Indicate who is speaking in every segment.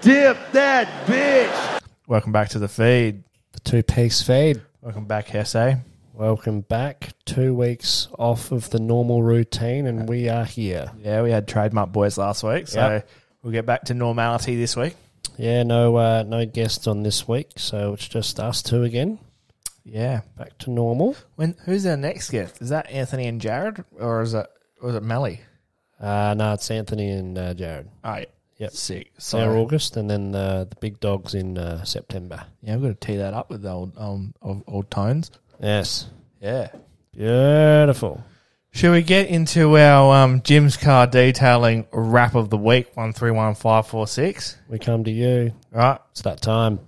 Speaker 1: Dip that bitch. Welcome back to the feed.
Speaker 2: The two piece feed.
Speaker 1: Welcome back, Hesse.
Speaker 2: Welcome back. Two weeks off of the normal routine, and we are here.
Speaker 1: Yeah, we had trademark boys last week, so
Speaker 2: Yep.
Speaker 1: we'll get back to normality this week.
Speaker 2: Yeah, no, uh, no guests on this week, so it's just us two again.
Speaker 1: Yeah.
Speaker 2: Back to normal.
Speaker 1: When who's our next guest? Is that Anthony and Jared, or is it was it Melly?
Speaker 2: Uh, no, it's Anthony and uh, Jared.
Speaker 1: Oh, yeah.
Speaker 2: Yep.
Speaker 1: Sick.
Speaker 2: So
Speaker 1: So
Speaker 2: August, and then the the big dogs in uh, September.
Speaker 1: yeah, we've got to tee that up with the old um old, old tones.
Speaker 2: Yes,
Speaker 1: Yeah.
Speaker 2: beautiful.
Speaker 1: Should we get into our um, Jim's car detailing wrap of the week? One three one five four six.
Speaker 2: We come to you.
Speaker 1: Right.
Speaker 2: It's that time.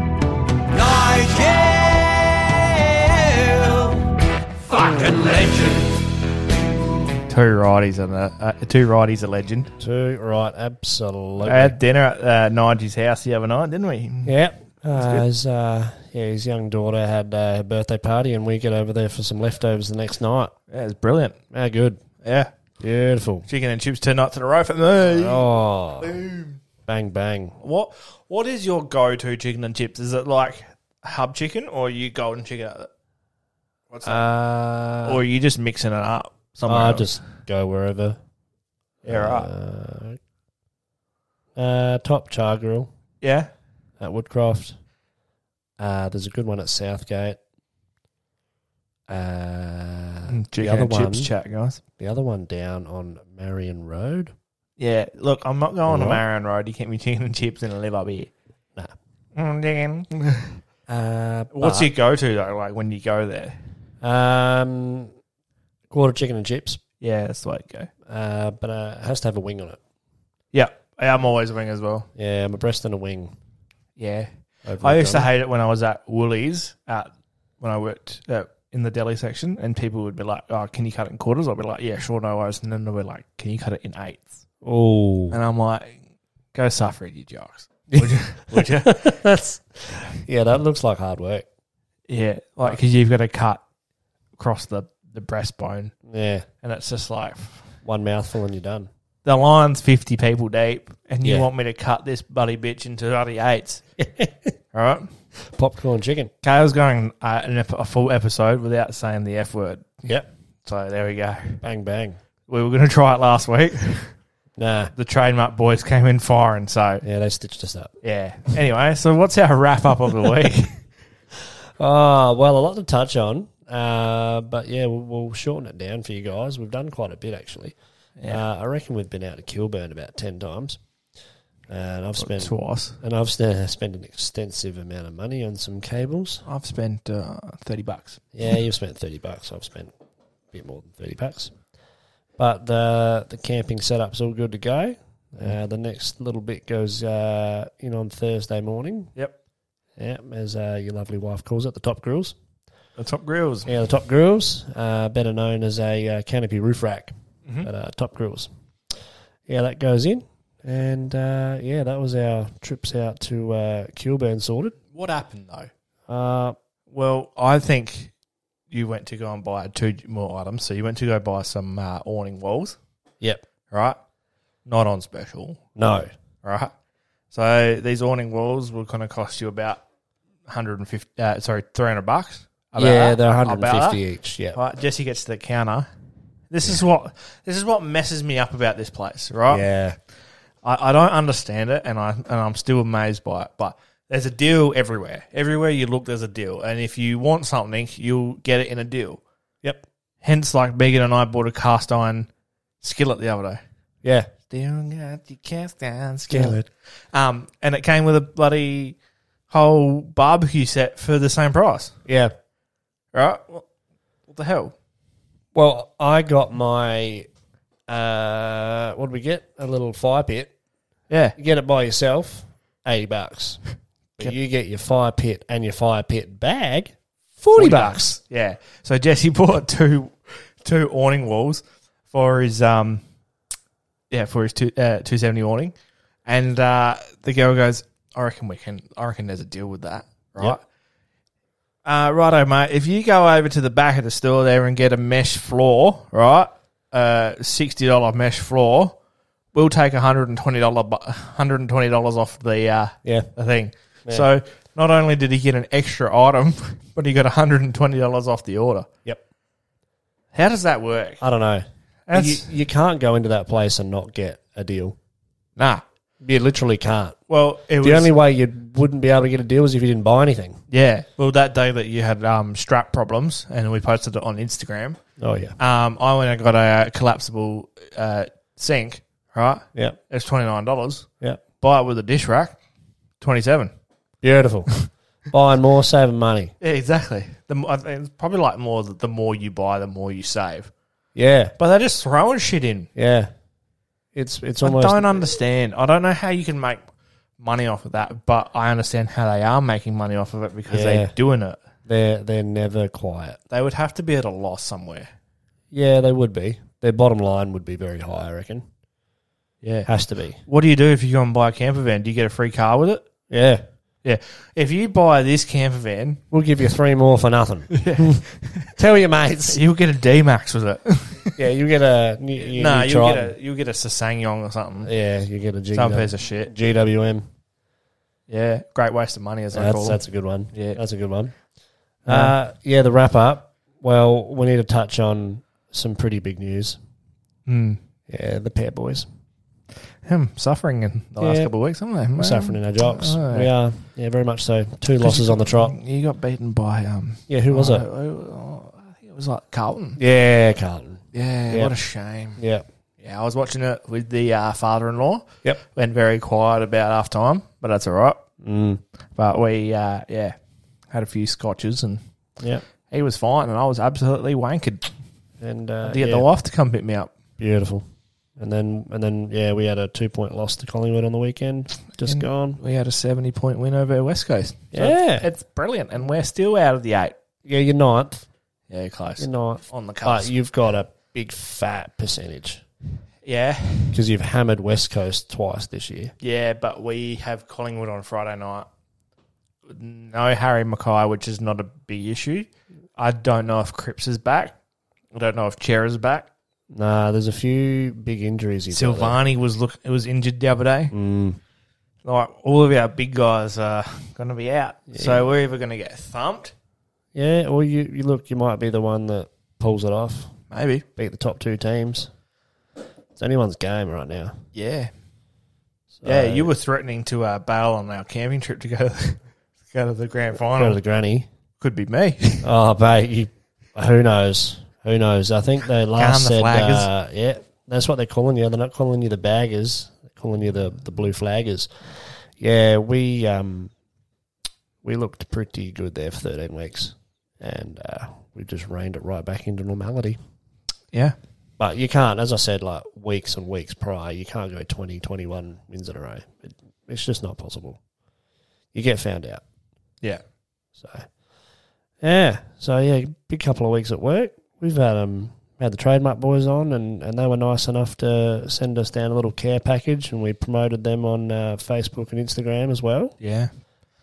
Speaker 3: like hell. Fucking legend.
Speaker 1: Two righties and a uh, two righties a legend.
Speaker 2: Two right, absolutely.
Speaker 1: I had dinner at uh, Nigel's house the other night, didn't we?
Speaker 2: Yeah. Uh, his, uh, yeah, his young daughter had uh, her birthday party, and we get over there for some leftovers the next night.
Speaker 1: Yeah, it was brilliant.
Speaker 2: How good.
Speaker 1: Yeah,
Speaker 2: Beautiful.
Speaker 1: chicken and chips two nights in a row for me.
Speaker 2: Oh. Bang, bang.
Speaker 1: What What is your go to chicken and chips? Is it like hub chicken or you golden chicken? What's that?
Speaker 2: Uh,
Speaker 1: or are you just mixing it up somewhere?
Speaker 2: I
Speaker 1: else?
Speaker 2: just go wherever.
Speaker 1: yeah, right.
Speaker 2: Uh, uh, top Char Grill
Speaker 1: yeah.
Speaker 2: at Woodcroft. Uh, there's a good one at Southgate. Uh, the
Speaker 1: Mm, Chicken
Speaker 2: other
Speaker 1: and
Speaker 2: one,
Speaker 1: chips chat, guys.
Speaker 2: the other one down on Marion Road.
Speaker 1: Yeah, look, I'm not going to
Speaker 2: Alright.
Speaker 1: Marion Road. You can't be chicken and chips and live up here.
Speaker 2: Nah.
Speaker 1: Mm, chicken.
Speaker 2: Uh,
Speaker 1: What's
Speaker 2: but-
Speaker 1: your go to though? Like when you go there?
Speaker 2: Um, quarter chicken and chips,
Speaker 1: Yeah, that's the way to go.
Speaker 2: uh, but uh, it has to have a wing on it.
Speaker 1: Yeah, I'm always a wing as well.
Speaker 2: Yeah, I'm a breast and a wing.
Speaker 1: Yeah,
Speaker 2: over
Speaker 1: I
Speaker 2: a
Speaker 1: used to
Speaker 2: gun.
Speaker 1: hate it when I was at Woolies at when I worked uh, in the deli section, and people would be like, "Oh, can you cut it in quarters?" I'd be like, "Yeah, sure, no worries." And then they were like, "Can you cut it in eighths?"
Speaker 2: Oh,
Speaker 1: And I'm like, "Go suffer it, you jocks." Would you? would you?
Speaker 2: that's yeah. That looks like hard work.
Speaker 1: Yeah, like because you've got to cut across the the breastbone,
Speaker 2: Yeah,
Speaker 1: and it's just like
Speaker 2: one mouthful and you're done.
Speaker 1: the line's fifty people deep, and you
Speaker 2: Yeah.
Speaker 1: want me to cut this bloody bitch into bloody eights? All right.
Speaker 2: Popcorn chicken.
Speaker 1: Kale's going uh, an ep- a full episode without saying the F word.
Speaker 2: Yep.
Speaker 1: So there we go.
Speaker 2: Bang bang.
Speaker 1: We were going to try it last week.
Speaker 2: Nah.
Speaker 1: The trademark boys came in firing. So
Speaker 2: Yeah, they stitched us up.
Speaker 1: yeah. Anyway, so what's our wrap up of the week?
Speaker 2: Oh, well, a lot to touch on. Uh, but yeah, we'll, we'll shorten it down for you guys. We've done quite a bit actually. Uh, I reckon we've been out to Kilburn about ten times, and I've spent
Speaker 1: Twice.
Speaker 2: And I've st- spent an extensive amount of money on some cables.
Speaker 1: I've spent uh, thirty bucks.
Speaker 2: Yeah, you've spent 30 bucks. I've spent a bit more than 30 bucks. But the, the camping setup's all good to go. Uh, the next little bit goes uh, in on Thursday morning.
Speaker 1: Yep.
Speaker 2: Yeah, as uh, your lovely wife calls it, the top grills.
Speaker 1: The top grills.
Speaker 2: Yeah, the top grills, uh, better known as a uh, canopy roof rack,
Speaker 1: Mm-hmm.
Speaker 2: but uh, top grills. Yeah, that goes in. And uh, yeah, that was our trips out to uh, Kilburn sorted.
Speaker 1: What happened though?
Speaker 2: Uh,
Speaker 1: Well, I think you went to go and buy two more items. So you went to go buy some uh, awning walls,
Speaker 2: Yep.
Speaker 1: right? Not on special.
Speaker 2: No.
Speaker 1: right? So these awning walls will kind of cost you about 150, uh, sorry, 300 bucks. About
Speaker 2: yeah,
Speaker 1: that.
Speaker 2: they're
Speaker 1: About
Speaker 2: 150
Speaker 1: that.
Speaker 2: each. Yeah.
Speaker 1: Right, Jesse gets to the counter. This is what this is what messes me up about this place, right?
Speaker 2: Yeah.
Speaker 1: I, I don't understand it, and I and I'm still amazed by it. But there's a deal everywhere. Everywhere you look, there's a deal, and if you want something, you'll get it in a deal.
Speaker 2: Yep.
Speaker 1: Hence, like Megan and I bought a cast iron skillet the other day.
Speaker 2: Yeah.
Speaker 1: Still got your cast iron skillet. Um, and it came with a bloody whole barbecue set for the same price,
Speaker 2: Yeah.
Speaker 1: right? What, what the hell?
Speaker 2: Well, I got my. Uh, what did we get? A little fire pit.
Speaker 1: Yeah,
Speaker 2: You get it by yourself, 80 bucks. But you get your fire pit and your fire pit bag, 40, bucks.
Speaker 1: yeah. So Jesse bought two two awning walls for his um, yeah, for his two uh, two seventy awning, and uh, the girl goes, "I reckon we can. I reckon there's a deal with that, right?"
Speaker 2: Yep.
Speaker 1: Uh, righto, mate. If you go over to the back of the store there and get a mesh floor, right? Uh, sixty dollar mesh floor. We'll take hundred and twenty dollar, hundred and twenty dollars off the uh,
Speaker 2: Yeah.
Speaker 1: the thing. So not only did he get an extra item, but he got hundred and twenty dollars off the order.
Speaker 2: Yep.
Speaker 1: How does that work?
Speaker 2: I don't know. You,
Speaker 1: That's
Speaker 2: you can't go into that place and not get a deal.
Speaker 1: nah.
Speaker 2: You literally can't.
Speaker 1: Well, it was
Speaker 2: The only way you wouldn't be able to get a deal is if you didn't buy anything.
Speaker 1: yeah. Well, that day that you had um, strap problems, and we posted it on Instagram.
Speaker 2: Oh yeah.
Speaker 1: Um, I went and got a collapsible uh, sink. Right,
Speaker 2: Yeah.
Speaker 1: it's twenty nine dollars.
Speaker 2: Yeah.
Speaker 1: Buy it with a dish rack, twenty seven.
Speaker 2: Beautiful. Buying more, saving money.
Speaker 1: Yeah, exactly. The mo- I think it's probably like more that the more you buy, the more you save.
Speaker 2: Yeah.
Speaker 1: But they're just throwing shit in.
Speaker 2: Yeah. It's it's
Speaker 1: I
Speaker 2: almost
Speaker 1: don't understand. I don't know how you can make money off of that, but I understand how they are making money off of it because
Speaker 2: Yeah.
Speaker 1: they're doing it.
Speaker 2: they're they're never quiet.
Speaker 1: They would have to be at a loss somewhere.
Speaker 2: Yeah, they would be. Their bottom line would be very high, I reckon.
Speaker 1: Yeah.
Speaker 2: Has to be.
Speaker 1: What do you do if you go and buy a camper van? Do you get a free car with it?
Speaker 2: Yeah.
Speaker 1: Yeah. If you buy this camper van,
Speaker 2: We'll give you three more for nothing. Tell your mates.
Speaker 1: you'll get a D Max with it.
Speaker 2: Yeah, you get a you, you,
Speaker 1: no,
Speaker 2: you
Speaker 1: you'll
Speaker 2: try
Speaker 1: get
Speaker 2: it.
Speaker 1: a you'll get a Ssangyong or something.
Speaker 2: Yeah, you get a G-
Speaker 1: Some piece of shit.
Speaker 2: GWM.
Speaker 1: Yeah. Great waste of money as I
Speaker 2: That's
Speaker 1: call it.
Speaker 2: that's a good one.
Speaker 1: Yeah.
Speaker 2: that's a good one. Uh, yeah, the wrap up. Well, we need to touch on some pretty big news.
Speaker 1: Mm.
Speaker 2: Yeah, the pair boys
Speaker 1: Him Hmm. suffering in the last
Speaker 2: Yeah.
Speaker 1: couple of weeks, haven't they?
Speaker 2: We're
Speaker 1: Man.
Speaker 2: suffering in our jocks.
Speaker 1: all right.
Speaker 2: We are. Yeah, very much so. Two losses on the trot.
Speaker 1: He got beaten by um
Speaker 2: Yeah, who was
Speaker 1: oh,
Speaker 2: it?
Speaker 1: oh, I think it was like Carlton.
Speaker 2: Yeah, Carlton.
Speaker 1: Yeah,
Speaker 2: Yeah.
Speaker 1: what a shame.
Speaker 2: Yeah,
Speaker 1: Yeah, I was watching it with the uh, father-in-law.
Speaker 2: Yep.
Speaker 1: went very quiet about half time, but that's all right.
Speaker 2: mm.
Speaker 1: But we, uh, yeah, had a few scotches, and
Speaker 2: yeah,
Speaker 1: he was fine, and I was absolutely wankered.
Speaker 2: and uh,
Speaker 1: To get
Speaker 2: yeah.
Speaker 1: the wife to come pick me up,
Speaker 2: Beautiful. And then and then yeah, we had a two point loss to Collingwood on the weekend. Just
Speaker 1: And-
Speaker 2: gone.
Speaker 1: we had a seventy-point win over West Coast. So
Speaker 2: Yeah.
Speaker 1: it's brilliant, and we're still out of the eight.
Speaker 2: Yeah, you're ninth.
Speaker 1: Yeah, close
Speaker 2: You're ninth.
Speaker 1: on the
Speaker 2: But
Speaker 1: cusp.
Speaker 2: you've got a big fat percentage
Speaker 1: yeah,
Speaker 2: because you've hammered West Coast twice this year.
Speaker 1: yeah, but we have Collingwood on Friday night. No Harry Mackay, which is not a big issue. I don't know if Cripps is back. I don't know if Chair is back.
Speaker 2: Nah, there's a few big injuries. He's got there.
Speaker 1: Silvani was look was injured the other day.
Speaker 2: Mm.
Speaker 1: Like all of our big guys are going to be out, so we're either going to get thumped,
Speaker 2: Yeah, or you, you look, you might be the one that pulls it off,
Speaker 1: maybe.
Speaker 2: beat the top two teams. It's anyone's game right now.
Speaker 1: Yeah, yeah.
Speaker 2: So-
Speaker 1: You were threatening to uh, bail on our camping trip to go to go to the grand
Speaker 2: Go to
Speaker 1: final.
Speaker 2: the granny.
Speaker 1: Could be me.
Speaker 2: Oh, mate, you, who knows? Who knows? I think they last
Speaker 1: the
Speaker 2: said,
Speaker 1: flaggers.
Speaker 2: uh, yeah, that's what they're calling you. They're not calling you the baggers. They're calling you the, the blue flaggers. Yeah, we um, we looked pretty good there for 13 weeks, and uh, we just reined it right back into normality.
Speaker 1: yeah,
Speaker 2: But you can't, as I said, like weeks and weeks prior, you can't go 20, 21 wins in a row. It, it's just not possible. You get found out.
Speaker 1: yeah.
Speaker 2: So, yeah. So, yeah, big couple of weeks at work. We've had um had the trademark boys on, and, and they were nice enough to send us down a little care package, and we promoted them on uh, Facebook and Instagram as well.
Speaker 1: Yeah,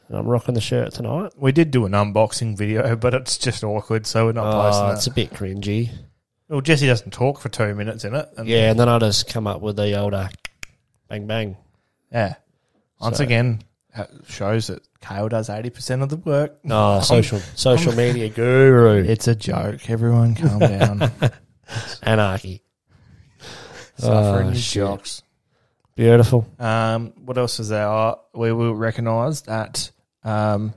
Speaker 2: And I'm rocking the shirt tonight.
Speaker 1: we did do an unboxing video, but it's just awkward, so we're not posting
Speaker 2: Oh,
Speaker 1: it.
Speaker 2: it's a bit cringy.
Speaker 1: Well, Jesse doesn't talk for two minutes in it. And
Speaker 2: Yeah, and then I just come up with the older bang bang.
Speaker 1: yeah. Once
Speaker 2: So-
Speaker 1: again, that shows that Kale does eighty percent of the work.
Speaker 2: Oh, social social media guru
Speaker 1: It's a joke. Everyone, calm down.
Speaker 2: anarchy.
Speaker 1: Suffering
Speaker 2: Oh,
Speaker 1: your
Speaker 2: shit.
Speaker 1: jocks.
Speaker 2: Beautiful.
Speaker 1: Um, what else was there? Uh, we were recognised at um,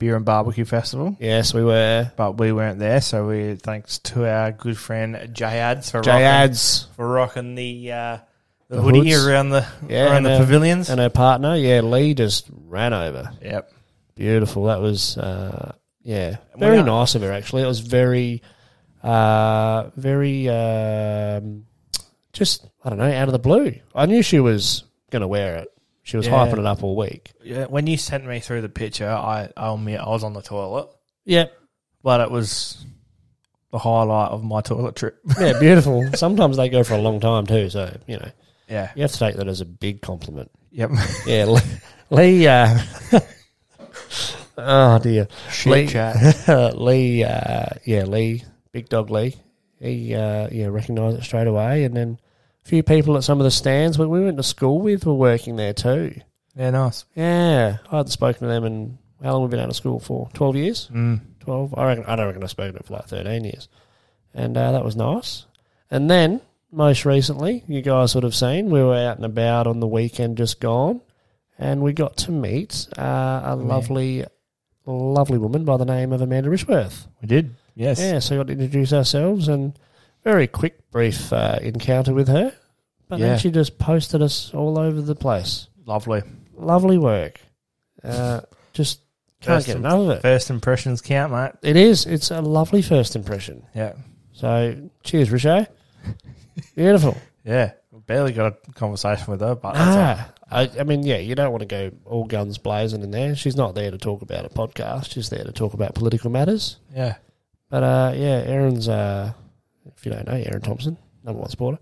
Speaker 1: Beer and Barbecue Festival,
Speaker 2: Yes, we were.
Speaker 1: but we weren't there. So we thanks to our good friend Jay Ads for
Speaker 2: J
Speaker 1: rocking,
Speaker 2: ads
Speaker 1: for rocking the uh, the,
Speaker 2: The
Speaker 1: hoodie
Speaker 2: hoods.
Speaker 1: around the
Speaker 2: Yeah,
Speaker 1: around
Speaker 2: and
Speaker 1: the
Speaker 2: a-
Speaker 1: pavilions.
Speaker 2: and her partner. Yeah, Lee just ran over.
Speaker 1: yep.
Speaker 2: Beautiful. That was uh, yeah,
Speaker 1: And we
Speaker 2: very
Speaker 1: are-
Speaker 2: nice of her. Actually, it was very, uh, very um, just I don't know, out of the blue. I knew she was going to wear it. She was
Speaker 1: Yeah.
Speaker 2: hyping it up all week.
Speaker 1: Yeah, when you sent me through the picture, I I'll admit I was on the toilet,
Speaker 2: Yep.
Speaker 1: but it was the highlight of my toilet trip.
Speaker 2: Yeah, beautiful. Sometimes they go for a long time too, so you know
Speaker 1: yeah.
Speaker 2: you have to take that as a big compliment.
Speaker 1: Yep.
Speaker 2: Yeah, Lee. Lee uh, Oh dear.
Speaker 1: Shit
Speaker 2: Lee,
Speaker 1: chat.
Speaker 2: Lee, uh, yeah, Lee, big dog Lee. He uh, yeah recognised it straight away, and then a few people at some of the stands we, we went to school with were working there too.
Speaker 1: Yeah, nice.
Speaker 2: Yeah, I hadn't spoken to them in how long we've been out of school for? Twelve years.
Speaker 1: Mm.
Speaker 2: Twelve. I reckon. I don't reckon I've spoken to them for like thirteen years, and uh, that was nice. And then most recently, you guys would have seen we were out and about on the weekend just gone, and we got to meet uh, a lovely, lovely woman by the name of Amanda Rishworth.
Speaker 1: We did. Yes.
Speaker 2: Yeah, so we got to introduce ourselves and very quick, brief uh, encounter with her. But
Speaker 1: Yeah.
Speaker 2: then she just posted us all over the place
Speaker 1: Lovely.
Speaker 2: lovely work. Uh, just can't
Speaker 1: First
Speaker 2: get
Speaker 1: im-
Speaker 2: enough of it.
Speaker 1: First impressions count, mate.
Speaker 2: It is. It's a lovely first impression.
Speaker 1: Yeah.
Speaker 2: So cheers, Richo. Beautiful.
Speaker 1: Yeah. Barely got a conversation with her, but that's all.
Speaker 2: Ah, I, I mean, yeah, you don't want to go all guns blazing in there. She's not there to talk about a podcast. She's there to talk about political matters.
Speaker 1: yeah.
Speaker 2: But uh, yeah, Erin's. Uh, if you don't know, Erin Thompson, number one supporter.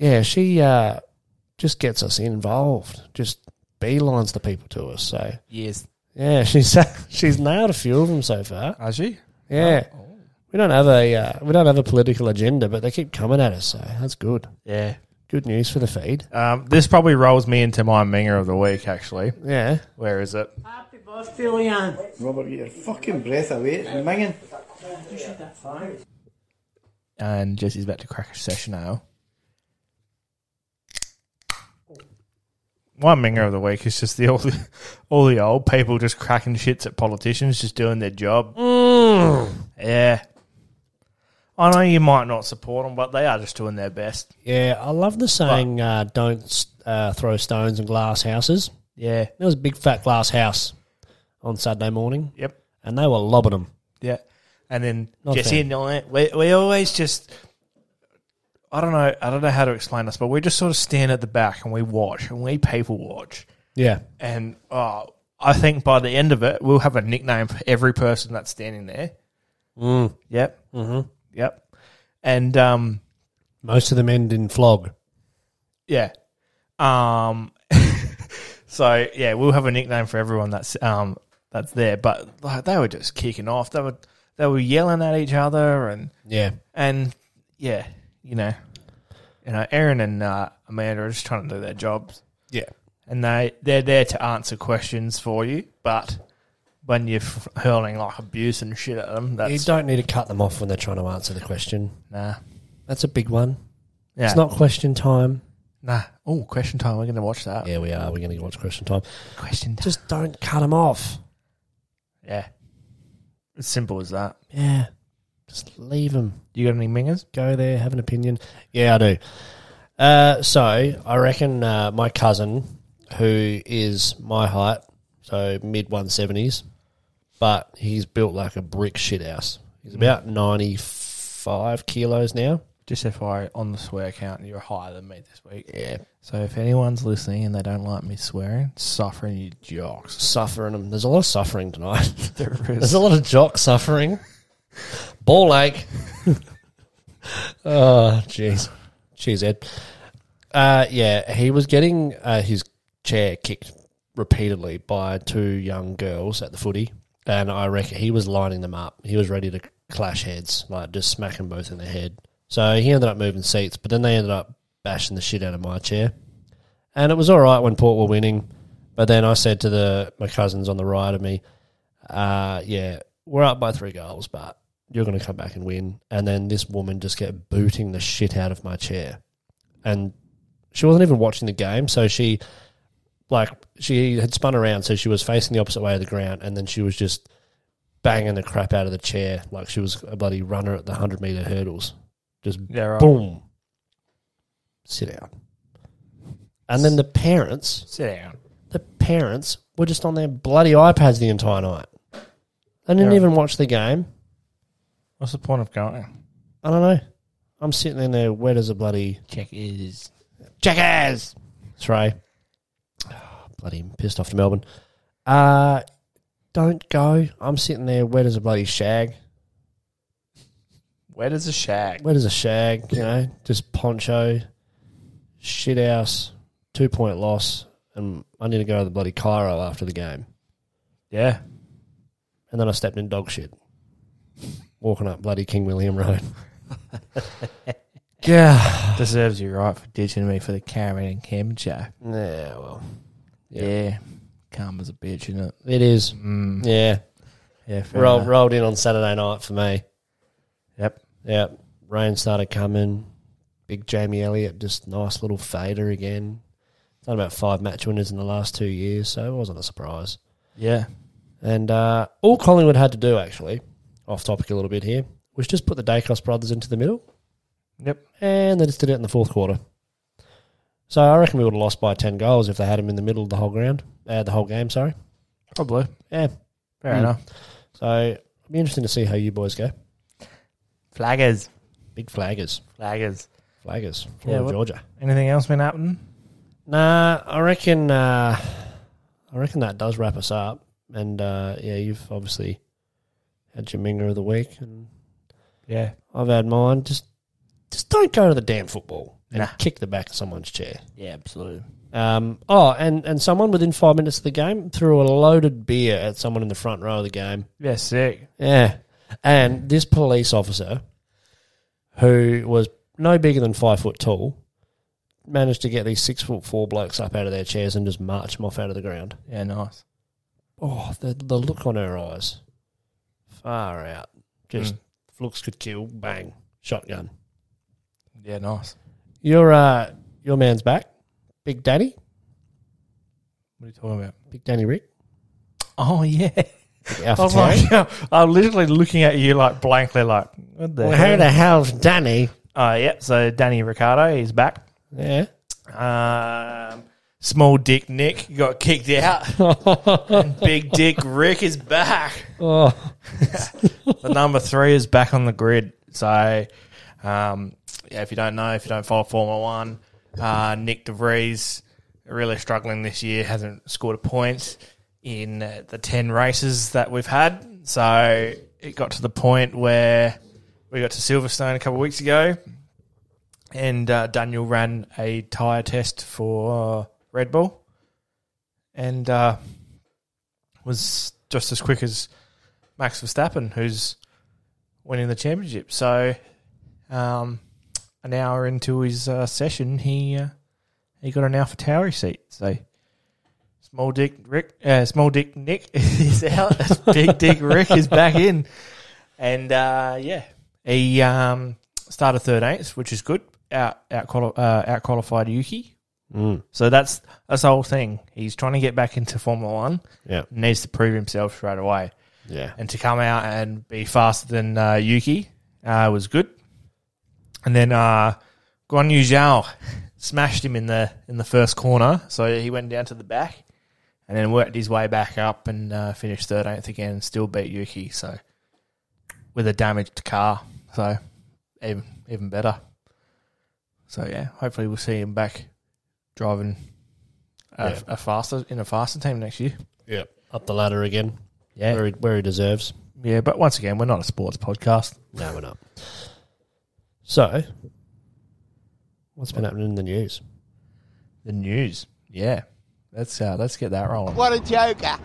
Speaker 2: Yeah, she uh, just gets us involved. Just beelines the people to us. So
Speaker 1: Yes.
Speaker 2: Yeah, she's she's nailed a few of them so far.
Speaker 1: Has she?
Speaker 2: Yeah, we don't have a uh, we don't have a political agenda, but they keep coming at us, so that's good.
Speaker 1: Yeah.
Speaker 2: Good news for the feed.
Speaker 1: Um, this probably rolls me into my minger of the week, actually.
Speaker 2: Yeah,
Speaker 1: Where is it?
Speaker 4: Happy birthday, Leanne.
Speaker 5: Robert, get your fucking breath away. It's minging.
Speaker 1: And Jesse's about to crack a session now. My minger of the week is just the all the, all the old people just cracking shits at politicians, just doing their job. Mm. Yeah. I know you might not support them, but they are just doing their best.
Speaker 2: yeah. I love the saying uh, "Don't uh, throw stones in glass houses."
Speaker 1: Yeah.
Speaker 2: There was a big fat glass house on Saturday morning,
Speaker 1: Yep.
Speaker 2: and they were lobbing them.
Speaker 1: Yeah. And then
Speaker 2: Not
Speaker 1: Jesse
Speaker 2: bad.
Speaker 1: and I, we, we always just, I don't know, I don't know how to explain this, but we just sort of stand at the back and we watch and we people watch.
Speaker 2: Yeah,
Speaker 1: And uh, I think by the end of it, we'll have a nickname for every person that's standing there.
Speaker 2: Mm.
Speaker 1: Yep. Mm-hmm. Yep. And um,
Speaker 2: most of them end in flog.
Speaker 1: yeah. Um, so yeah, we'll have a nickname for everyone that's um, that's there. But like, they were just kicking off. They were they were yelling at each other and
Speaker 2: Yeah,
Speaker 1: and yeah, you know, you know, Aaron and uh, Amanda are just trying to do their jobs,
Speaker 2: yeah.
Speaker 1: and they they're there to answer questions for you. But when you're f- hurling like abuse and shit at them,
Speaker 2: You
Speaker 1: that's
Speaker 2: don't need to cut them off when they're trying to answer the question.
Speaker 1: nah,
Speaker 2: That's a big one.
Speaker 1: yeah,
Speaker 2: It's not question time.
Speaker 1: nah. Oh, question time. We're gonna watch that.
Speaker 2: Yeah, we are. We're going to watch question time.
Speaker 1: Question time.
Speaker 2: Just don't cut them off.
Speaker 1: Yeah, as simple as that.
Speaker 2: Yeah. Just leave them.
Speaker 1: You got any mingers?
Speaker 2: Go there, have an opinion. Yeah, I do. Uh, so I reckon uh, my cousin, who is my height, so mid 170s, but he's built like a brick shit house. He's about 95 kilos now.
Speaker 1: Just FYI, on the swear count, you're higher than me this week.
Speaker 2: Yeah.
Speaker 1: So if anyone's listening and they don't like me swearing, suffering you jocks.
Speaker 2: Suffering them. There's a lot of suffering tonight.
Speaker 1: There
Speaker 2: There's
Speaker 1: is.
Speaker 2: a lot of jock suffering. Ball ache. oh, jeez. Jeez, Ed. Uh, yeah, he was getting uh, his chair kicked repeatedly by two young girls at the footy, and I reckon he was lining them up. He was ready to clash heads, like just smack them both in the head. So he ended up moving seats, but then they ended up bashing the shit out of my chair. And it was all right when Port were winning, but then I said to the my cousins on the right of me, uh, yeah, we're up by three goals, but you're going to come back and win. And then this woman just kept booting the shit out of my chair. And she wasn't even watching the game. So she, like, she had spun around. So she was facing the opposite way of the ground. And then she was just banging the crap out of the chair. Like she was a bloody runner at the 100 meter hurdles. Just
Speaker 1: Yeah, right.
Speaker 2: boom. Sit down. And then the parents
Speaker 1: Sit down.
Speaker 2: the parents were just on their bloody iPads the entire night. They didn't
Speaker 1: Yeah.
Speaker 2: even watch the game.
Speaker 1: What's the point of going?
Speaker 2: I don't know. I'm sitting in there wet as a bloody
Speaker 1: Check is.
Speaker 2: jackass tray. Oh, bloody pissed off to Melbourne. Uh, don't go. I'm sitting there wet as a bloody shag.
Speaker 1: Where does a shag?
Speaker 2: Wet as a shag, you know, just poncho, shit house, two point loss, and I need to go to the bloody Cairo after the game.
Speaker 1: Yeah.
Speaker 2: and then I stepped in dog shit. Walking up bloody King William Road. yeah.
Speaker 1: Deserves you right for ditching me for the Cameron and Kim show.
Speaker 2: Yeah, well,
Speaker 1: Yeah. Karma's a bitch, isn't it?
Speaker 2: it is.
Speaker 1: Mm.
Speaker 2: Yeah.
Speaker 1: Yeah, fair
Speaker 2: Roll,
Speaker 1: enough.
Speaker 2: rolled in on Saturday night for me.
Speaker 1: Yep.
Speaker 2: Yeah, rain started coming. Big Jamie Elliott, just nice little fader again. Done about five match winners in the last two years, so it wasn't a surprise.
Speaker 1: Yeah.
Speaker 2: And uh, all Collingwood had to do, actually, off topic a little bit here, was just put the Dacos brothers into the middle,
Speaker 1: Yep.
Speaker 2: and they just did it in the fourth quarter. So I reckon we would have lost by ten goals if they had him in the middle of the whole ground, uh, the whole game. Sorry.
Speaker 1: Probably.
Speaker 2: Yeah.
Speaker 1: Fair
Speaker 2: Mm.
Speaker 1: enough.
Speaker 2: So it'll be interesting to see how you boys go.
Speaker 1: Flaggers.
Speaker 2: Big flaggers,
Speaker 1: Flaggers.
Speaker 2: flaggers, Florida,
Speaker 1: what-
Speaker 2: Georgia.
Speaker 1: Anything else been happening?
Speaker 2: Nah, I reckon. Uh, I reckon that does wrap us up. And uh, yeah, you've obviously had your minger of the week, and
Speaker 1: Yeah.
Speaker 2: I've had mine. Just, just don't go to the damn football and
Speaker 1: Nah.
Speaker 2: kick the back of someone's chair.
Speaker 1: Yeah, absolutely.
Speaker 2: Um, oh, and and someone within five minutes of the game threw a loaded beer at someone in the front row of the game.
Speaker 1: Yeah, sick.
Speaker 2: Yeah, and this police officer, who was no bigger than five foot tall, managed to get these six foot four blokes up out of their chairs and just march them off out of the ground.
Speaker 1: Yeah, nice.
Speaker 2: Oh, the the look on her eyes, far out. Just looks could kill. Bang, shotgun.
Speaker 1: Yeah, nice.
Speaker 2: Your uh, your man's back, Big Danny,
Speaker 1: What are you talking about?
Speaker 2: Big Danny Rick.
Speaker 1: Oh, yeah.
Speaker 2: Alpha
Speaker 1: I was
Speaker 2: Terry.
Speaker 1: like, I'm literally looking at you like blankly, like, what the
Speaker 2: Well,
Speaker 1: hell?
Speaker 2: how the hell's Danny?
Speaker 1: Uh, yeah, so Danny Ricardo, he's back.
Speaker 2: Yeah.
Speaker 1: Um, small dick Nick got kicked out. and big dick Rick is back.
Speaker 2: Oh,
Speaker 1: The number three is back on the grid. So, um, yeah, if you don't know, if you don't follow Formula One, uh, Nick De Vries really struggling this year, hasn't scored a point in uh, the 10 races that we've had. So it got to the point where we got to Silverstone a couple of weeks ago, and uh, Daniel ran a tyre test for uh, Red Bull and uh, was just as quick as Max Verstappen, who's winning the championship. So, um, an hour into his uh, session, he uh, he got an Alpha Tower seat. So, small dick Rick, uh, small dick Nick is out. Big dick Rick is back in, and uh, yeah, he um, started thirteenth, which is good. Out out quali- uh, out qualified Yuki.
Speaker 2: Mm.
Speaker 1: So that's that's the whole thing. He's trying to get back into Formula One.
Speaker 2: yeah,
Speaker 1: Needs to prove himself straight away
Speaker 2: yeah.
Speaker 1: and to come out and be faster than uh, Yuki uh, was good. And then uh, Guan Yu Zhao smashed him in the in the first corner, so he went down to the back, and then worked his way back up and uh, finished thirteenth again, and still beat Yuki. So with a damaged car, so even even better. So yeah, hopefully we'll see him back driving a,
Speaker 2: Yeah.
Speaker 1: a faster in a faster team next year.
Speaker 2: Yeah. Up the ladder again.
Speaker 1: Yeah.
Speaker 2: Where he, where he deserves.
Speaker 1: Yeah, but once again, we're not a sports podcast.
Speaker 2: No, we're not. So, what's been happening in the news?
Speaker 1: The news. Yeah. Let's uh, let's get that rolling.
Speaker 4: What a joker.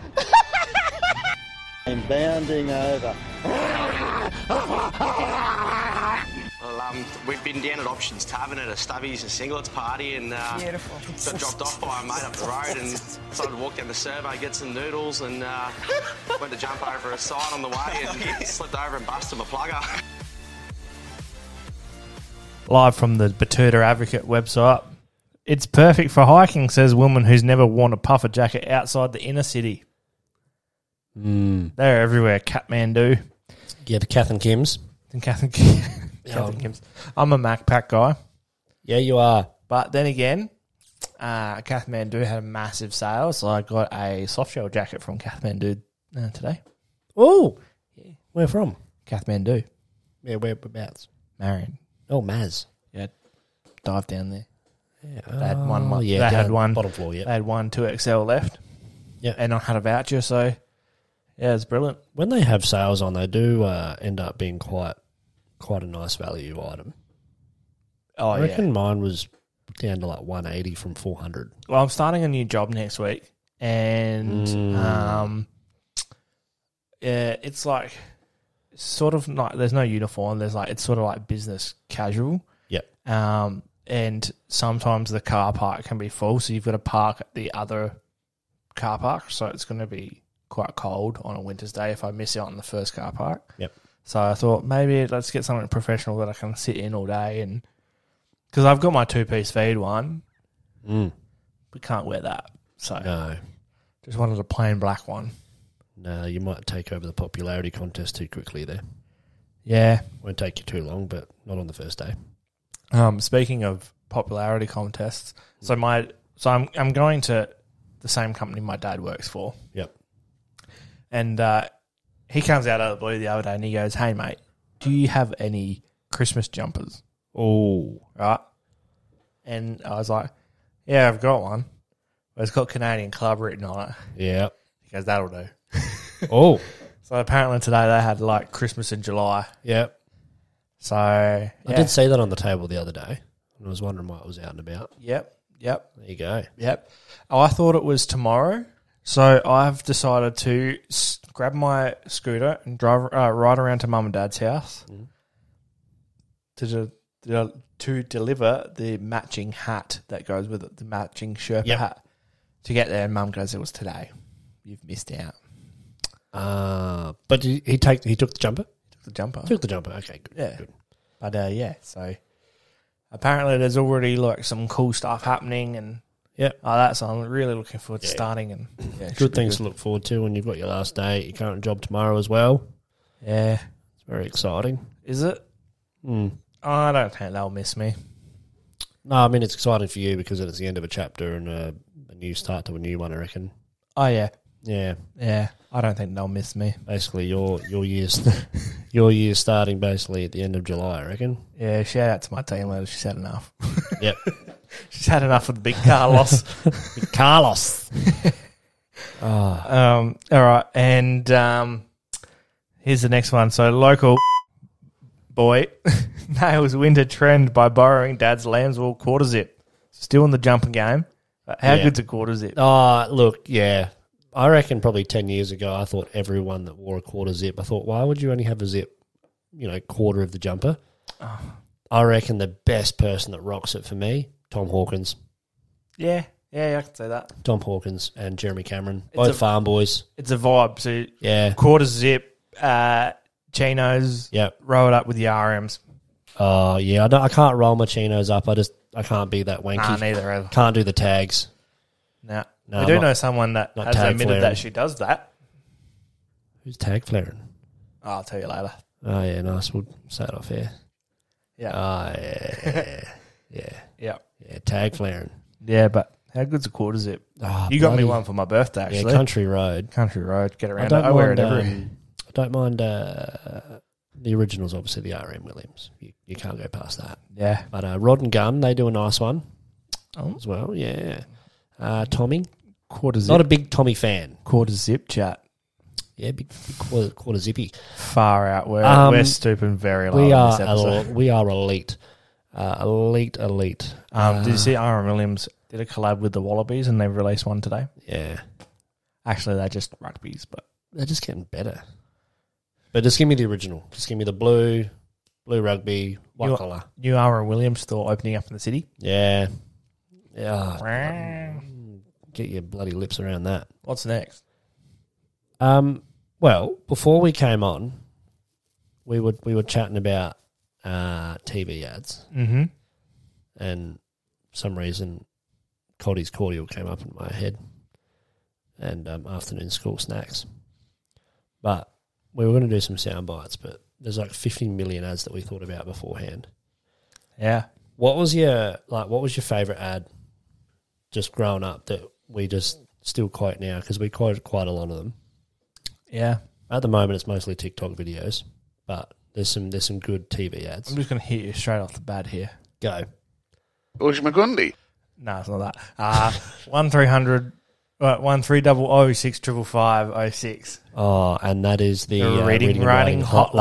Speaker 6: I'm bounding over.
Speaker 7: Well, um, we've been down at Options Tavern at a Stubbies and Singlets party and uh, got dropped off by a mate up the road and decided to walk down the servo, get some noodles and uh, went to jump over a sign on the way and slipped over and busted my plugger.
Speaker 1: Live from the Batuta Advocate website. It's perfect for hiking, says woman who's never worn a puffer jacket outside the inner city. They're everywhere. Kathmandu.
Speaker 2: Yeah, the Kath and Kims.
Speaker 1: And Catherine, Catherine Kim's. I'm a Macpac guy.
Speaker 2: Yeah, you are.
Speaker 1: But then again, uh, Kathmandu had a massive sale, so I got a soft shell jacket from Kathmandu uh, today.
Speaker 2: Oh, where from?
Speaker 1: Kathmandu.
Speaker 2: Yeah, whereabouts?
Speaker 1: Marion.
Speaker 2: Oh, Maz.
Speaker 1: Yeah. Dive down there.
Speaker 2: Yeah,
Speaker 1: They had one.
Speaker 2: Oh,
Speaker 1: left.
Speaker 2: yeah,
Speaker 1: they
Speaker 2: down
Speaker 1: had one.
Speaker 2: Bottom floor,
Speaker 1: They
Speaker 2: yeah.
Speaker 1: had one two XL left.
Speaker 2: Yeah.
Speaker 1: and I had a voucher, so yeah, it's brilliant.
Speaker 2: When they have sales on, they do uh, end up being quite quite a nice value item.
Speaker 1: Oh
Speaker 2: I reckon mine was down to like 180 from 400.
Speaker 1: Well, I'm
Speaker 2: Mm.
Speaker 1: starting a new job next week, and um, yeah, it's like sort of not. There's no uniform. There's like it's sort of like business casual.
Speaker 2: Yep.
Speaker 1: Um, and sometimes the car park can be full, so you've got to park at the other car park. So it's going to be quite cold on a winter's day if I miss out on the first car park.
Speaker 2: Yep.
Speaker 1: So I thought maybe let's get something professional that I can sit in all day and because I've got my two piece feed one,
Speaker 2: Mm.
Speaker 1: we can't wear that. So
Speaker 2: No.
Speaker 1: just wanted a plain black one.
Speaker 2: No, you might take over the popularity contest too quickly there.
Speaker 1: Yeah.
Speaker 2: Won't take you too long, but not on the first day.
Speaker 1: Um, speaking of popularity contests,
Speaker 2: Mm.
Speaker 1: so my so I'm I'm going to the same company my dad works for,
Speaker 2: Yep.
Speaker 1: and uh, he comes out of the blue the other day and he goes, "Hey mate, do you have any Christmas jumpers?"
Speaker 2: Oh.
Speaker 1: Right, and I was like, "Yeah, I've got one. But it's got Canadian Club written on it."
Speaker 2: Yeah.
Speaker 1: He goes, "That'll do."
Speaker 2: Oh.
Speaker 1: So apparently today they had like Christmas in July.
Speaker 2: yeah.
Speaker 1: So
Speaker 2: I did see that on the table the other day, and I was wondering why it was out and about.
Speaker 1: Yep. Yep.
Speaker 2: There you go.
Speaker 1: Yep. Oh, I thought it was tomorrow. So I've decided to s- grab my scooter and drive uh, right around to mum and dad's house
Speaker 2: Mm.
Speaker 1: to, de- de- to deliver the matching hat that goes with it, the matching Sherpa
Speaker 2: Yep.
Speaker 1: hat. To get there, and mum goes, "It was today. You've missed out."
Speaker 2: Uh, but he, he take he took the jumper.
Speaker 1: Took the jumper.
Speaker 2: Took the jumper. Okay. Good.
Speaker 1: Yeah.
Speaker 2: Good.
Speaker 1: But uh, yeah, so apparently there's already like some cool stuff happening and
Speaker 2: Yep.
Speaker 1: all that. So I'm really looking forward to
Speaker 2: Yeah.
Speaker 1: starting and yeah, it should
Speaker 2: good
Speaker 1: be
Speaker 2: things to look forward to when you've got your last day at your current job tomorrow as well.
Speaker 1: Yeah.
Speaker 2: It's very exciting. Hmm.
Speaker 1: Is it? I don't think they'll miss me.
Speaker 2: No, I mean it's exciting for you because it's the end of a chapter and a, a new start to a new one. I reckon.
Speaker 1: Oh yeah,
Speaker 2: Yeah,
Speaker 1: yeah. I don't think they'll miss me.
Speaker 2: basically your your years your year's starting basically at the end of July. I reckon.
Speaker 1: Yeah. Shout out to my team leader. She's had enough.
Speaker 2: Yep.
Speaker 1: She's had enough of the big car loss.
Speaker 2: Carlos. Ah,
Speaker 1: um. All right. And um, here's the next one. So local boy nails winter trend by borrowing dad's lambswool quarter zip. Still in the jumping game. But How
Speaker 2: Yeah.
Speaker 1: good's a quarter zip?
Speaker 2: Ah, look, yeah. I reckon probably 10 years ago, I thought everyone that wore a quarter zip, I thought, why would you only have a zip, you know, quarter of the jumper?
Speaker 1: Ah.
Speaker 2: I reckon the best person that rocks it for me, Tom Hawkins.
Speaker 1: Yeah. Yeah. I can say that.
Speaker 2: Tom Hawkins and Jeremy Cameron,
Speaker 1: It's
Speaker 2: both
Speaker 1: a-
Speaker 2: farm boys.
Speaker 1: It's a vibe. So
Speaker 2: Yeah.
Speaker 1: quarter zip, uh, chinos.
Speaker 2: Yeah.
Speaker 1: Roll it up with the RMs.
Speaker 2: Oh, yeah. I, don't, I can't roll my chinos up. I just, I can't be that wanky.
Speaker 1: Nah, neither of them.
Speaker 2: Can't do the tags.
Speaker 1: No.
Speaker 2: No,
Speaker 1: we do
Speaker 2: not-
Speaker 1: know someone that
Speaker 2: not
Speaker 1: has
Speaker 2: tag
Speaker 1: admitted
Speaker 2: flaring.
Speaker 1: that she does that.
Speaker 2: Who's tag flaring?
Speaker 1: I'll tell you later.
Speaker 2: Oh, yeah. Nice. We'll say it off here.
Speaker 1: Yeah.
Speaker 2: Oh, yeah. yeah.
Speaker 1: yeah.
Speaker 2: Yeah. Tag flaring.
Speaker 1: Yeah, but how good's a quarter zip?
Speaker 2: Oh,
Speaker 1: you got me
Speaker 2: bloody-
Speaker 1: one for my birthday,
Speaker 2: Yeah,
Speaker 1: actually.
Speaker 2: Country Road.
Speaker 1: Country road, get around
Speaker 2: I
Speaker 1: it.
Speaker 2: don't
Speaker 1: I
Speaker 2: mind.
Speaker 1: wear it every.
Speaker 2: um, I don't mind. Uh, the originals, obviously, the RM Williams. You, you can't go past that.
Speaker 1: Yeah.
Speaker 2: But uh, Rod and Gun, they do a nice one
Speaker 1: Oh.
Speaker 2: as well. Yeah. Uh, Tommy,
Speaker 1: Quarter zip.
Speaker 2: not a big Tommy fan.
Speaker 1: quarter zip chat.
Speaker 2: Yeah, big, big quarter, quarter zippy.
Speaker 1: Far out. We're,
Speaker 2: Um,
Speaker 1: we're stooping very low
Speaker 2: We
Speaker 1: in
Speaker 2: are
Speaker 1: this episode.
Speaker 2: el- we are elite, uh, elite, elite.
Speaker 1: um, did you
Speaker 2: Ah.
Speaker 1: see Aaron Williams did a collab with the Wallabies and they've released one today?
Speaker 2: Yeah,
Speaker 1: Actually, they're just rugbies, but
Speaker 2: they're just getting better. But just give me the original. Just give me the blue, blue rugby,
Speaker 1: You-
Speaker 2: white collar.
Speaker 1: new Aaron Williams store opening up in the city.
Speaker 2: Yeah, yeah. Get your bloody lips around that.
Speaker 1: What's next?
Speaker 2: Um, well, before we came on, we would we were chatting about uh, TV ads,
Speaker 1: Mm-hmm.
Speaker 2: and for some reason, Coddy's cordial came up in my head, and um, afternoon school snacks. But we were going to do some sound bites, but there's like 15 million ads that we thought about beforehand.
Speaker 1: Yeah.
Speaker 2: What was your like? What was your favorite ad? Just growing up, that we just still quote now because we quoted quite a lot of them.
Speaker 1: Yeah.
Speaker 2: At the moment, it's mostly TikTok videos, but there's some there's some good TV ads.
Speaker 1: I'm just going to hit you straight off the bat here.
Speaker 2: Go.
Speaker 4: Ushmagundi.
Speaker 1: No, it's not that. Uh, one three hundred, uh, one three double oh six triple five oh six.
Speaker 2: Oh, and that is the, uh,
Speaker 1: reading, writing hotline.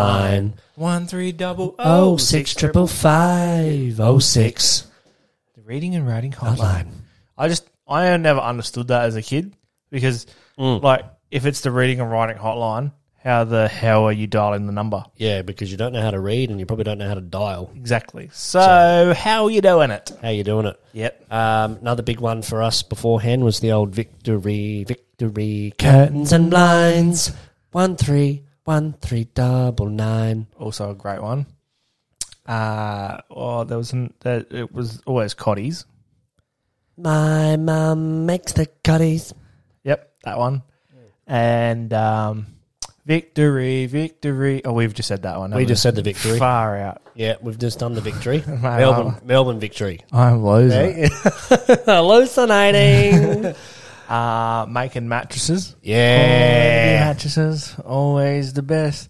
Speaker 2: hotline.
Speaker 1: One three double
Speaker 2: Oh six triple five oh six
Speaker 1: The reading and writing hotline.
Speaker 2: hotline.
Speaker 1: I just I never understood that as a kid because like if it's the reading and writing hotline, how the hell are you dialing the number?
Speaker 2: Yeah, because you don't know how to read and you probably don't know how to dial.
Speaker 1: Exactly. So, how are you doing it?
Speaker 2: How you doing it?
Speaker 1: Yep.
Speaker 2: Um, another big one for us beforehand was the old victory, victory curtains and blinds. One three, one three double nine.
Speaker 1: Also a great one. Uh, oh, there was an, there, it was always Coddies.
Speaker 2: My mum makes the cutties.
Speaker 1: Yep, that one. And um, victory, victory. Oh, we've just said that one.
Speaker 2: We
Speaker 1: haven't
Speaker 2: just said the victory.
Speaker 1: Far out.
Speaker 2: Yeah, we've just done the victory.
Speaker 1: My
Speaker 2: Melbourne,
Speaker 1: mum.
Speaker 2: Melbourne victory.
Speaker 1: I'm losing. it.
Speaker 2: Hallucinating.
Speaker 1: Uh, making mattresses.
Speaker 2: yeah. Ah.
Speaker 1: Mattresses, always the best.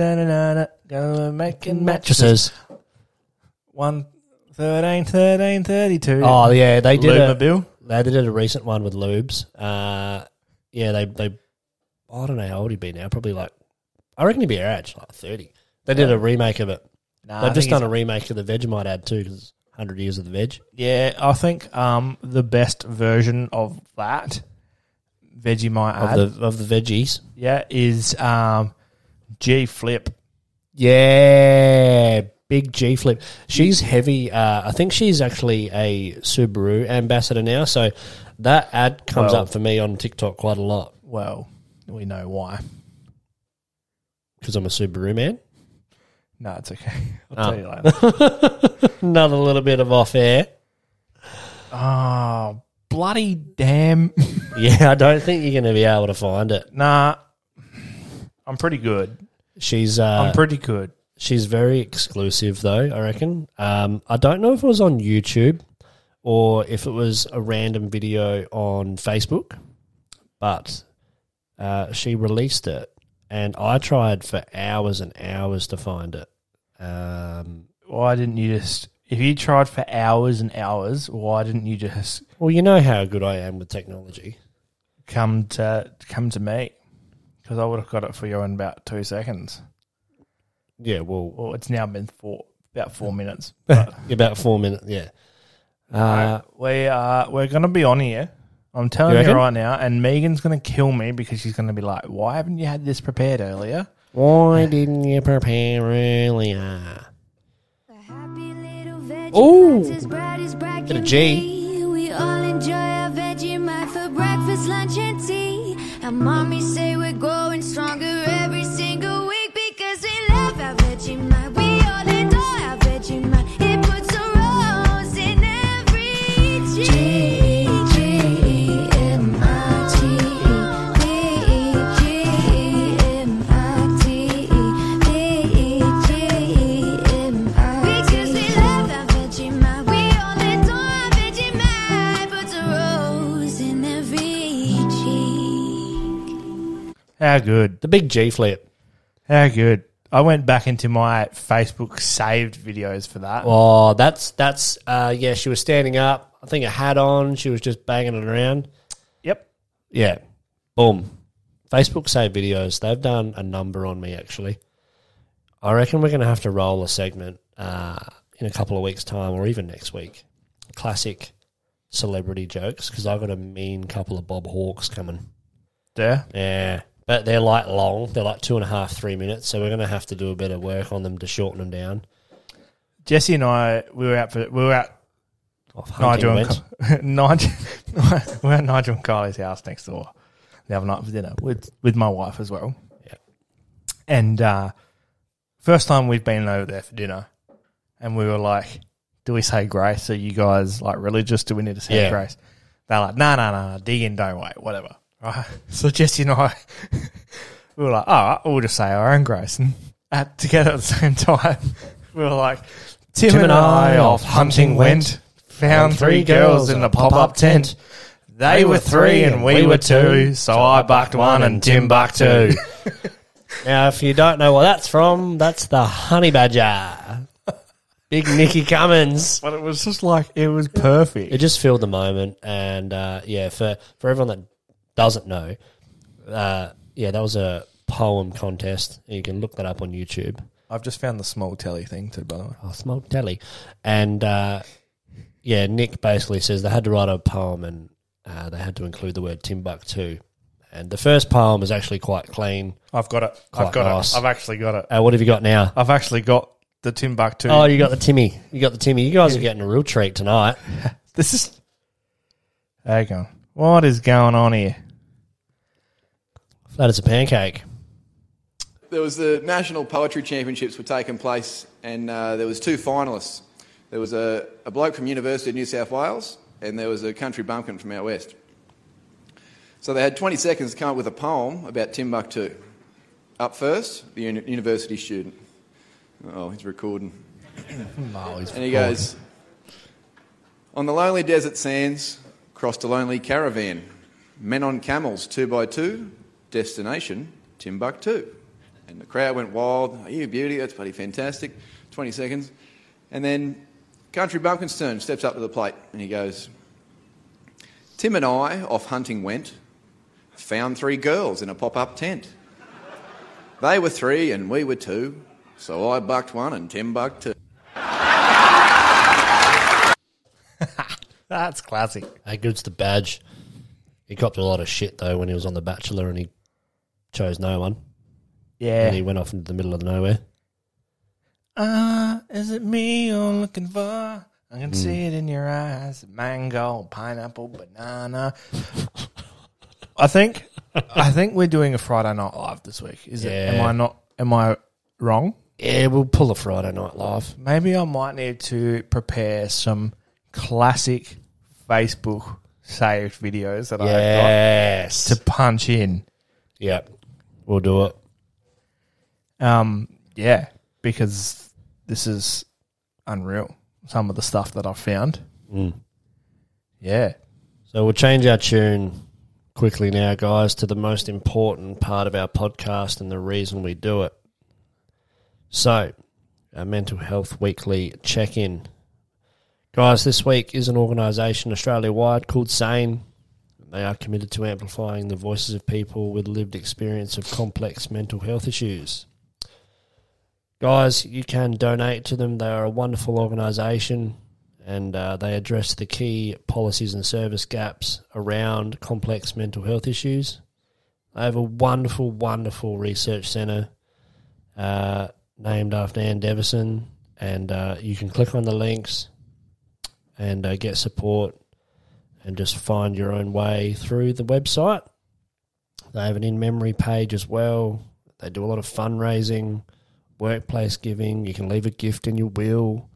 Speaker 1: Go making mattresses.
Speaker 2: Mattresses.
Speaker 1: One thirteen, thirteen, thirty-two.
Speaker 2: Oh yeah, they did a
Speaker 1: Lumabil.
Speaker 2: they did a recent one with lubes. Uh, yeah, they they I don't know how old he'd be now. Probably like I reckon he'd be our age, like thirty. They did a remake of it.
Speaker 1: Nah, I
Speaker 2: They've just
Speaker 1: think
Speaker 2: done a remake of the Vegemite ad too, because hundred years of the veg.
Speaker 1: it's- Yeah, I think um the best version of that Vegemite ad,
Speaker 2: of the of the veggies.
Speaker 1: yeah, is um G Flip.
Speaker 2: Yeah, big G Flip. She's heavy. Uh, I think she's actually a Subaru ambassador now. So that ad comes
Speaker 1: Well-
Speaker 2: up for me on TikTok quite a lot
Speaker 1: Well, we know why.
Speaker 2: because I'm a Subaru man.
Speaker 1: No, it's okay. I'll tell
Speaker 2: Ah.
Speaker 1: you later.
Speaker 2: Another little bit of off air.
Speaker 1: oh, bloody damn.
Speaker 2: Yeah, I don't think you're going to be able to find it.
Speaker 1: nah, I'm pretty good.
Speaker 2: She's uh,
Speaker 1: I'm pretty good.
Speaker 2: she's very exclusive though. I reckon. Um, I don't know if it was on YouTube or if it was a random video on Facebook, but uh, she released it, and I tried for hours and hours to find it. Um,
Speaker 1: Why didn't you just? If you tried for hours and hours, why didn't you just
Speaker 2: well, you know how good I am with technology.
Speaker 1: come to come to me? Because I would have got it for you in about two seconds.
Speaker 2: Yeah, well,
Speaker 1: Well, it's now been four about four minutes.
Speaker 2: about four minutes. Yeah,
Speaker 1: Uh, we are we're gonna be on here. I'm telling
Speaker 2: You
Speaker 1: you,
Speaker 2: reckon?
Speaker 1: right now, and Megan's gonna kill me because she's gonna be like, "Why haven't you had this prepared earlier?"
Speaker 2: why didn't you prepare earlier?
Speaker 6: Ooh.
Speaker 2: Bit of G.
Speaker 6: We all enjoy our Vegemite for breakfast, lunch, and tea. And mommy say we're growing stronger every single week because we love our Vegemite. We all adore our Vegemite. It puts a rose in every G. G, G, M, I, T, E. V, E, G, E, M, I, T, E. V, E, G, E, M, I, T, E. Because we love our Vegemite. We all adore our Vegemite. Puts a rose in every cheek.
Speaker 1: How good?
Speaker 2: The big G flip.
Speaker 1: How good? I went back into my Facebook saved videos for that.
Speaker 2: Oh, that's that's uh yeah, she was standing up. I think a hat on, she was just banging it around.
Speaker 1: yep.
Speaker 2: Yeah. Boom. Facebook save videos. They've done a number on me actually. I reckon we're gonna have to roll a segment uh in a couple of weeks' time or even next week. Classic celebrity jokes because I've got a mean couple of Bob Hawks coming.
Speaker 1: There.
Speaker 2: Yeah. But they're like long. They're like two and a half, three minutes. So we're going to have to do a bit of work on them to shorten them down.
Speaker 1: Jesse and I, we were out for we were out
Speaker 2: Off hunting
Speaker 1: Nigel and
Speaker 2: went.
Speaker 1: Ki- Nigel, we were at Nigel and Kylie's house next door the other night for dinner with with my wife as well.
Speaker 2: Yeah.
Speaker 1: And uh, first time we've been over there for dinner, and we were like, "Do we say grace? Are you guys like religious? Do we need to say
Speaker 2: Yeah.
Speaker 1: grace?" They're like, "No, no, no, no, dig in, don't wait, whatever." Right? So Jesse and I, we were like, "All right, we'll just say our own grace," and at, together at the same time, we were like, "Tim, and I off hunting went." Found three girls in a pop-up tent. They were three and we were two, so I bucked one and Tim bucked two.
Speaker 2: now, if you don't know what that's from, that's the Honey Badger. Big Nicky Cummins.
Speaker 1: But it was just like it was perfect.
Speaker 2: It just filled the moment, and uh, yeah, for for everyone that doesn't know, uh, yeah, that was a poem contest. You can look that up on YouTube.
Speaker 1: I've just found the small telly thing too, by the way.
Speaker 2: Oh, smoked deli. And uh, yeah, Nick basically says they had to write a poem and uh, they had to include the word Timbuktu. And the first poem is actually quite clean.
Speaker 1: I've got it. I've
Speaker 2: Quite
Speaker 1: got
Speaker 2: nice.
Speaker 1: it. I've actually got it.
Speaker 2: Uh, what have you got now?
Speaker 1: I've actually got the Timbuktu.
Speaker 2: Oh, you got the Timmy. You got the Timmy. You guys are getting a real treat tonight.
Speaker 1: This is. Hang on. What is going on here?
Speaker 2: Flat as a pancake.
Speaker 8: There was the National Poetry Championships were taking place, and uh, there was two finalists. There was a, a bloke from University of New South Wales, and there was a country bumpkin from out west. So they had 20 seconds to come up with a poem about Timbuktu. Up first, the uni- university student. Oh, he's recording.
Speaker 2: Oh,
Speaker 8: and he goes, On the lonely desert sands, crossed a lonely caravan. Men on camels, two by two, destination, Timbuktu. And the crowd went wild. Are you a beauty? That's bloody fantastic. 20 seconds. And then Country Bumpkin's turn steps up to the plate and he goes, Tim and I off hunting went, found three girls in a pop up tent. They were three and we were two, so I bucked one and Tim bucked two.
Speaker 1: That's classic.
Speaker 2: How good's the badge? He copped a lot of shit though when he was on The Bachelor and he chose no one. And he
Speaker 1: Yeah.
Speaker 2: went off into the middle of nowhere.
Speaker 1: Ah, is it me you're looking for? I can see it in your eyes. Mango, pineapple, banana. I think, I think we're doing a Friday Night Live this week. Is it? Am
Speaker 2: Yeah.
Speaker 1: I not? Am I wrong?
Speaker 2: Yeah, we'll pull a Friday night live.
Speaker 1: Maybe I might need to prepare some classic Facebook saved videos that I've
Speaker 2: Yes.
Speaker 1: got to punch in.
Speaker 2: Yep. We'll do it.
Speaker 1: Um, yeah, because this is unreal. Some of the stuff that I've found.
Speaker 2: Mm.
Speaker 1: Yeah.
Speaker 2: So we'll change our tune quickly now, guys, to the most important part of our podcast and the reason we do it. So, our Mental Health Weekly check in. Guys, this week is an organisation Australia wide called SANE. They are committed to amplifying the voices of people with lived experience of complex mental health issues. Guys, you can donate to them. They are a wonderful organisation and uh, they address the key policies and service gaps around complex mental health issues. They have a wonderful, wonderful research centre uh, named after Anne Devison, and uh, you can click on the links and uh, get support and just find your own way through the website. They have an in memory page as well. They do a lot of fundraising, workplace giving. You can leave a gift in your will.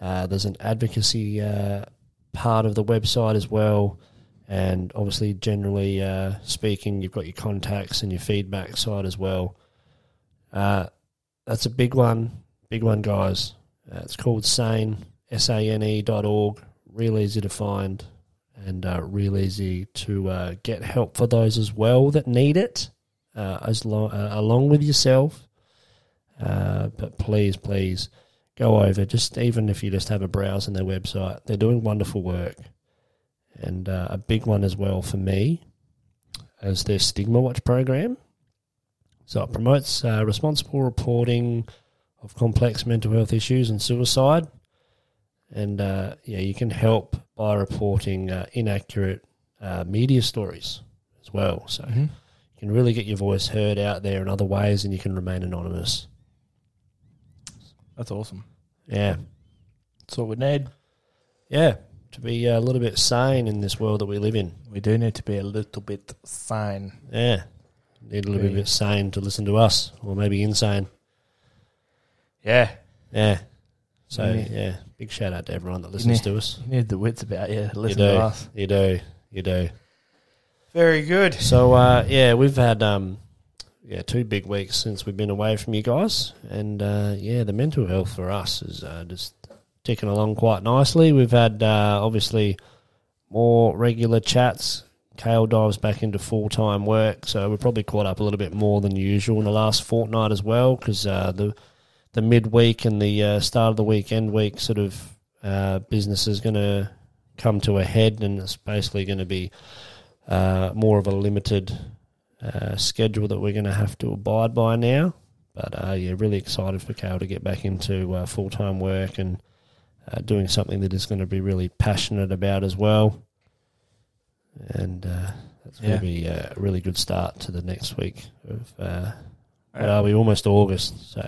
Speaker 2: Uh, there's an advocacy uh, part of the website as well. And obviously, generally uh, speaking, you've got your contacts and your feedback side as well. Uh, that's a big one, big one, guys. Uh, it's called SANE, S A N E dot org. Real easy to find and uh, real easy to uh, get help for those as well that need it, uh, as lo- uh, along with yourself. Uh, but please, please go over. Just even if you just have a browse on their website, they're doing wonderful work, and uh, a big one as well for me is their Stigma Watch program. So it promotes uh, responsible reporting of complex mental health issues and suicide, and uh, yeah, you can help by reporting uh, inaccurate uh, media stories as well. So. You can really get your voice heard out there in other ways, and you can remain anonymous.
Speaker 1: That's awesome.
Speaker 2: Yeah.
Speaker 1: That's what we need.
Speaker 2: yeah, to be a little bit sane in this world that we live in.
Speaker 1: We do need to be a little bit sane.
Speaker 2: Yeah, need a little
Speaker 1: Yeah.
Speaker 2: bit sane to listen to us, or maybe insane.
Speaker 1: Yeah.
Speaker 2: Yeah. So
Speaker 1: Yeah.
Speaker 2: yeah, big shout out to everyone that listens to us.
Speaker 1: You need the wits about you.
Speaker 2: You
Speaker 1: Listen
Speaker 2: do,
Speaker 1: to us.
Speaker 2: you do, you do.
Speaker 1: Very good.
Speaker 2: So uh, yeah, we've had um, yeah two big weeks since we've been away from you guys, and uh, yeah, the mental health for us is uh, just ticking along quite nicely. We've had uh, obviously more regular chats. Kale dives back into full time work, so we're probably caught up a little bit more than usual in the last fortnight as well, because uh, the the midweek and the uh, start of the weekend week sort of uh, business is going to come to a head, and it's basically going to be uh, more of a limited uh, schedule that we're going to have to abide by now. But uh, yeah, really excited for Kale to get back into uh, full time work and uh, doing something that is going to be really passionate about as well. And uh, It's going to be a really good start to the next week of. Uh, what are we almost August? So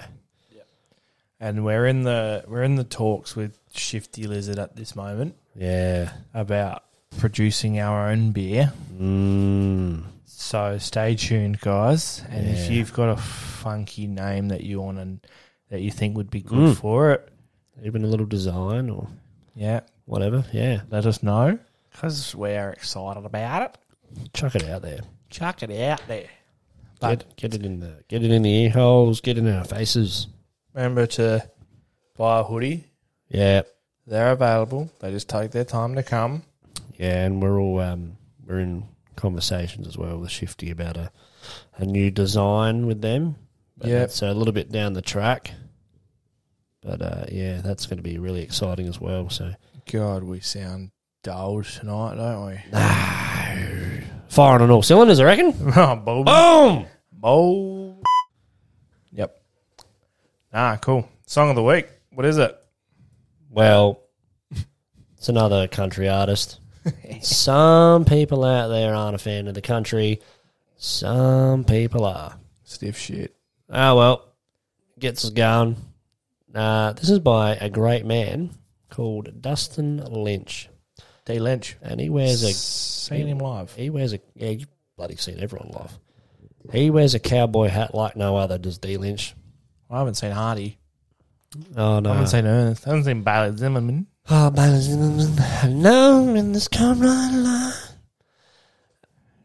Speaker 1: and we're in the we're in the talks with Shifty Lizard at this moment
Speaker 2: yeah,
Speaker 1: about producing our own beer.
Speaker 2: mm,
Speaker 1: So stay tuned, guys. And if
Speaker 2: Yeah.
Speaker 1: you've got a funky name that you want and that you think would be
Speaker 2: Mm.
Speaker 1: good for it,
Speaker 2: even a little design or
Speaker 1: yeah,
Speaker 2: whatever. Yeah,
Speaker 1: let us know because we're excited about it.
Speaker 2: chuck it out there.
Speaker 1: Chuck it out there. But
Speaker 2: Get, get it in the get it in the ear holes. Get it in our faces.
Speaker 1: remember to buy a hoodie.
Speaker 2: Yeah,
Speaker 1: They're available. They just take their time to come.
Speaker 2: yeah, and we're all um, we're in conversations as well with Shifty about a a new design with them. But
Speaker 1: Yep.
Speaker 2: that's a little bit down the track. But uh, yeah, that's going to be really exciting as well. So
Speaker 1: God, we sound dull tonight, don't we?
Speaker 2: firing on all cylinders, I reckon.
Speaker 1: oh, bull.
Speaker 2: Boom.
Speaker 1: bull. Yep. Ah, cool. Song of the week. What is it?
Speaker 2: Well, it's another country artist. Some people out there aren't a fan of the country. Some people are.
Speaker 1: Stiff shit.
Speaker 2: Ah, well, gets us going. Uh, this is by a great man called Dustin Lynch,
Speaker 1: D. Lynch.
Speaker 2: and he wears
Speaker 1: Seen him live.
Speaker 2: a he wears a yeah, you've bloody seen everyone live. He wears a cowboy hat like no other does D Lynch.
Speaker 1: I haven't seen Hardy. Uh.
Speaker 2: Oh no!
Speaker 1: I haven't seen Ernest. I haven't seen Bailey Zimmerman.
Speaker 2: Oh, no, in this come right along.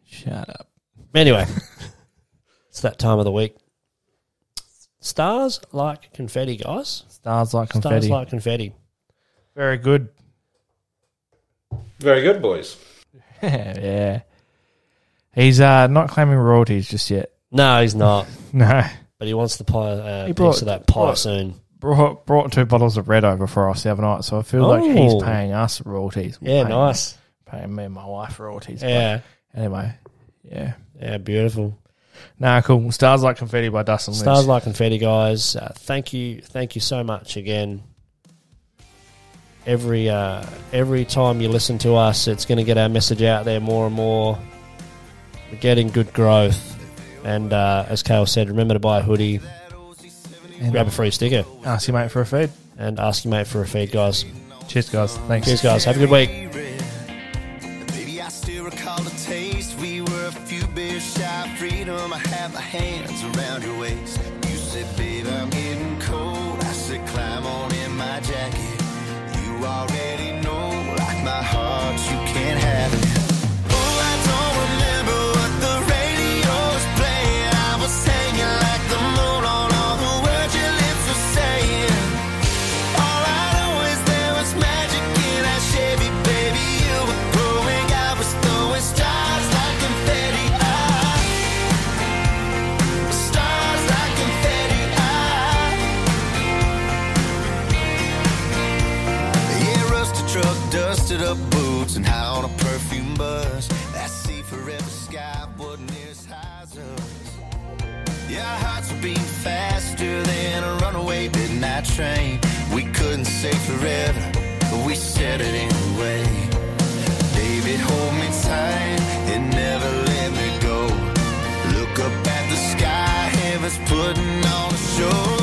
Speaker 1: Shut up.
Speaker 2: Anyway, it's that time of the week. Stars like confetti, guys.
Speaker 1: Stars like confetti.
Speaker 2: Stars like confetti.
Speaker 1: Very good.
Speaker 9: Very good, boys.
Speaker 1: yeah. He's uh, not claiming royalties just yet.
Speaker 2: No, he's not,
Speaker 1: No.
Speaker 2: but he wants the pie, uh,
Speaker 1: He brought-
Speaker 2: piece of that pie
Speaker 1: brought-
Speaker 2: soon.
Speaker 1: Brought brought two bottles of red over for us the other night, so I feel like
Speaker 2: Oh.
Speaker 1: he's paying us royalties.
Speaker 2: Yeah,
Speaker 1: Paying-
Speaker 2: nice.
Speaker 1: Paying me and my wife royalties. but
Speaker 2: Yeah,
Speaker 1: Anyway, yeah.
Speaker 2: yeah, beautiful.
Speaker 1: Nah, cool. Stars like confetti by Dustin Lynch.
Speaker 2: Stars like confetti, guys. Uh, thank you, thank you so much again. Every uh, every time you listen to us, it's going to get our message out there more and more. We're getting good growth, and uh, as Kale said, remember to buy a hoodie,
Speaker 1: And
Speaker 2: grab a free sticker,
Speaker 1: ask your mate for a feed.
Speaker 2: and ask your mate for a feed, guys.
Speaker 1: Cheers, guys. Thanks.
Speaker 2: Cheers, guys. Have a good week.
Speaker 10: Baby, I still recall the taste. We were a few beers shy of freedom. I had my hands around your waist. You said, babe, I'm getting cold. I said, climb on in my jacket. You already know, like my heart, you can't have it. Oh, I don't remember what the radio was playing. I was hanging like the moon on all the words your lips were saying. All I know is there was magic in our Chevy, baby. You were growing, I was throwing stars like confetti. Ah, stars like confetti. Ah, yeah, rusted truck, dusted up boots, and high on a perfume buzz. That sea forever sky wasn't as high as us. Yeah, our hearts were beating faster than a runaway midnight train. We couldn't say forever, but we said it anyway. Baby, hold me tight and never let me go. Look up at the sky, heaven's putting on a show.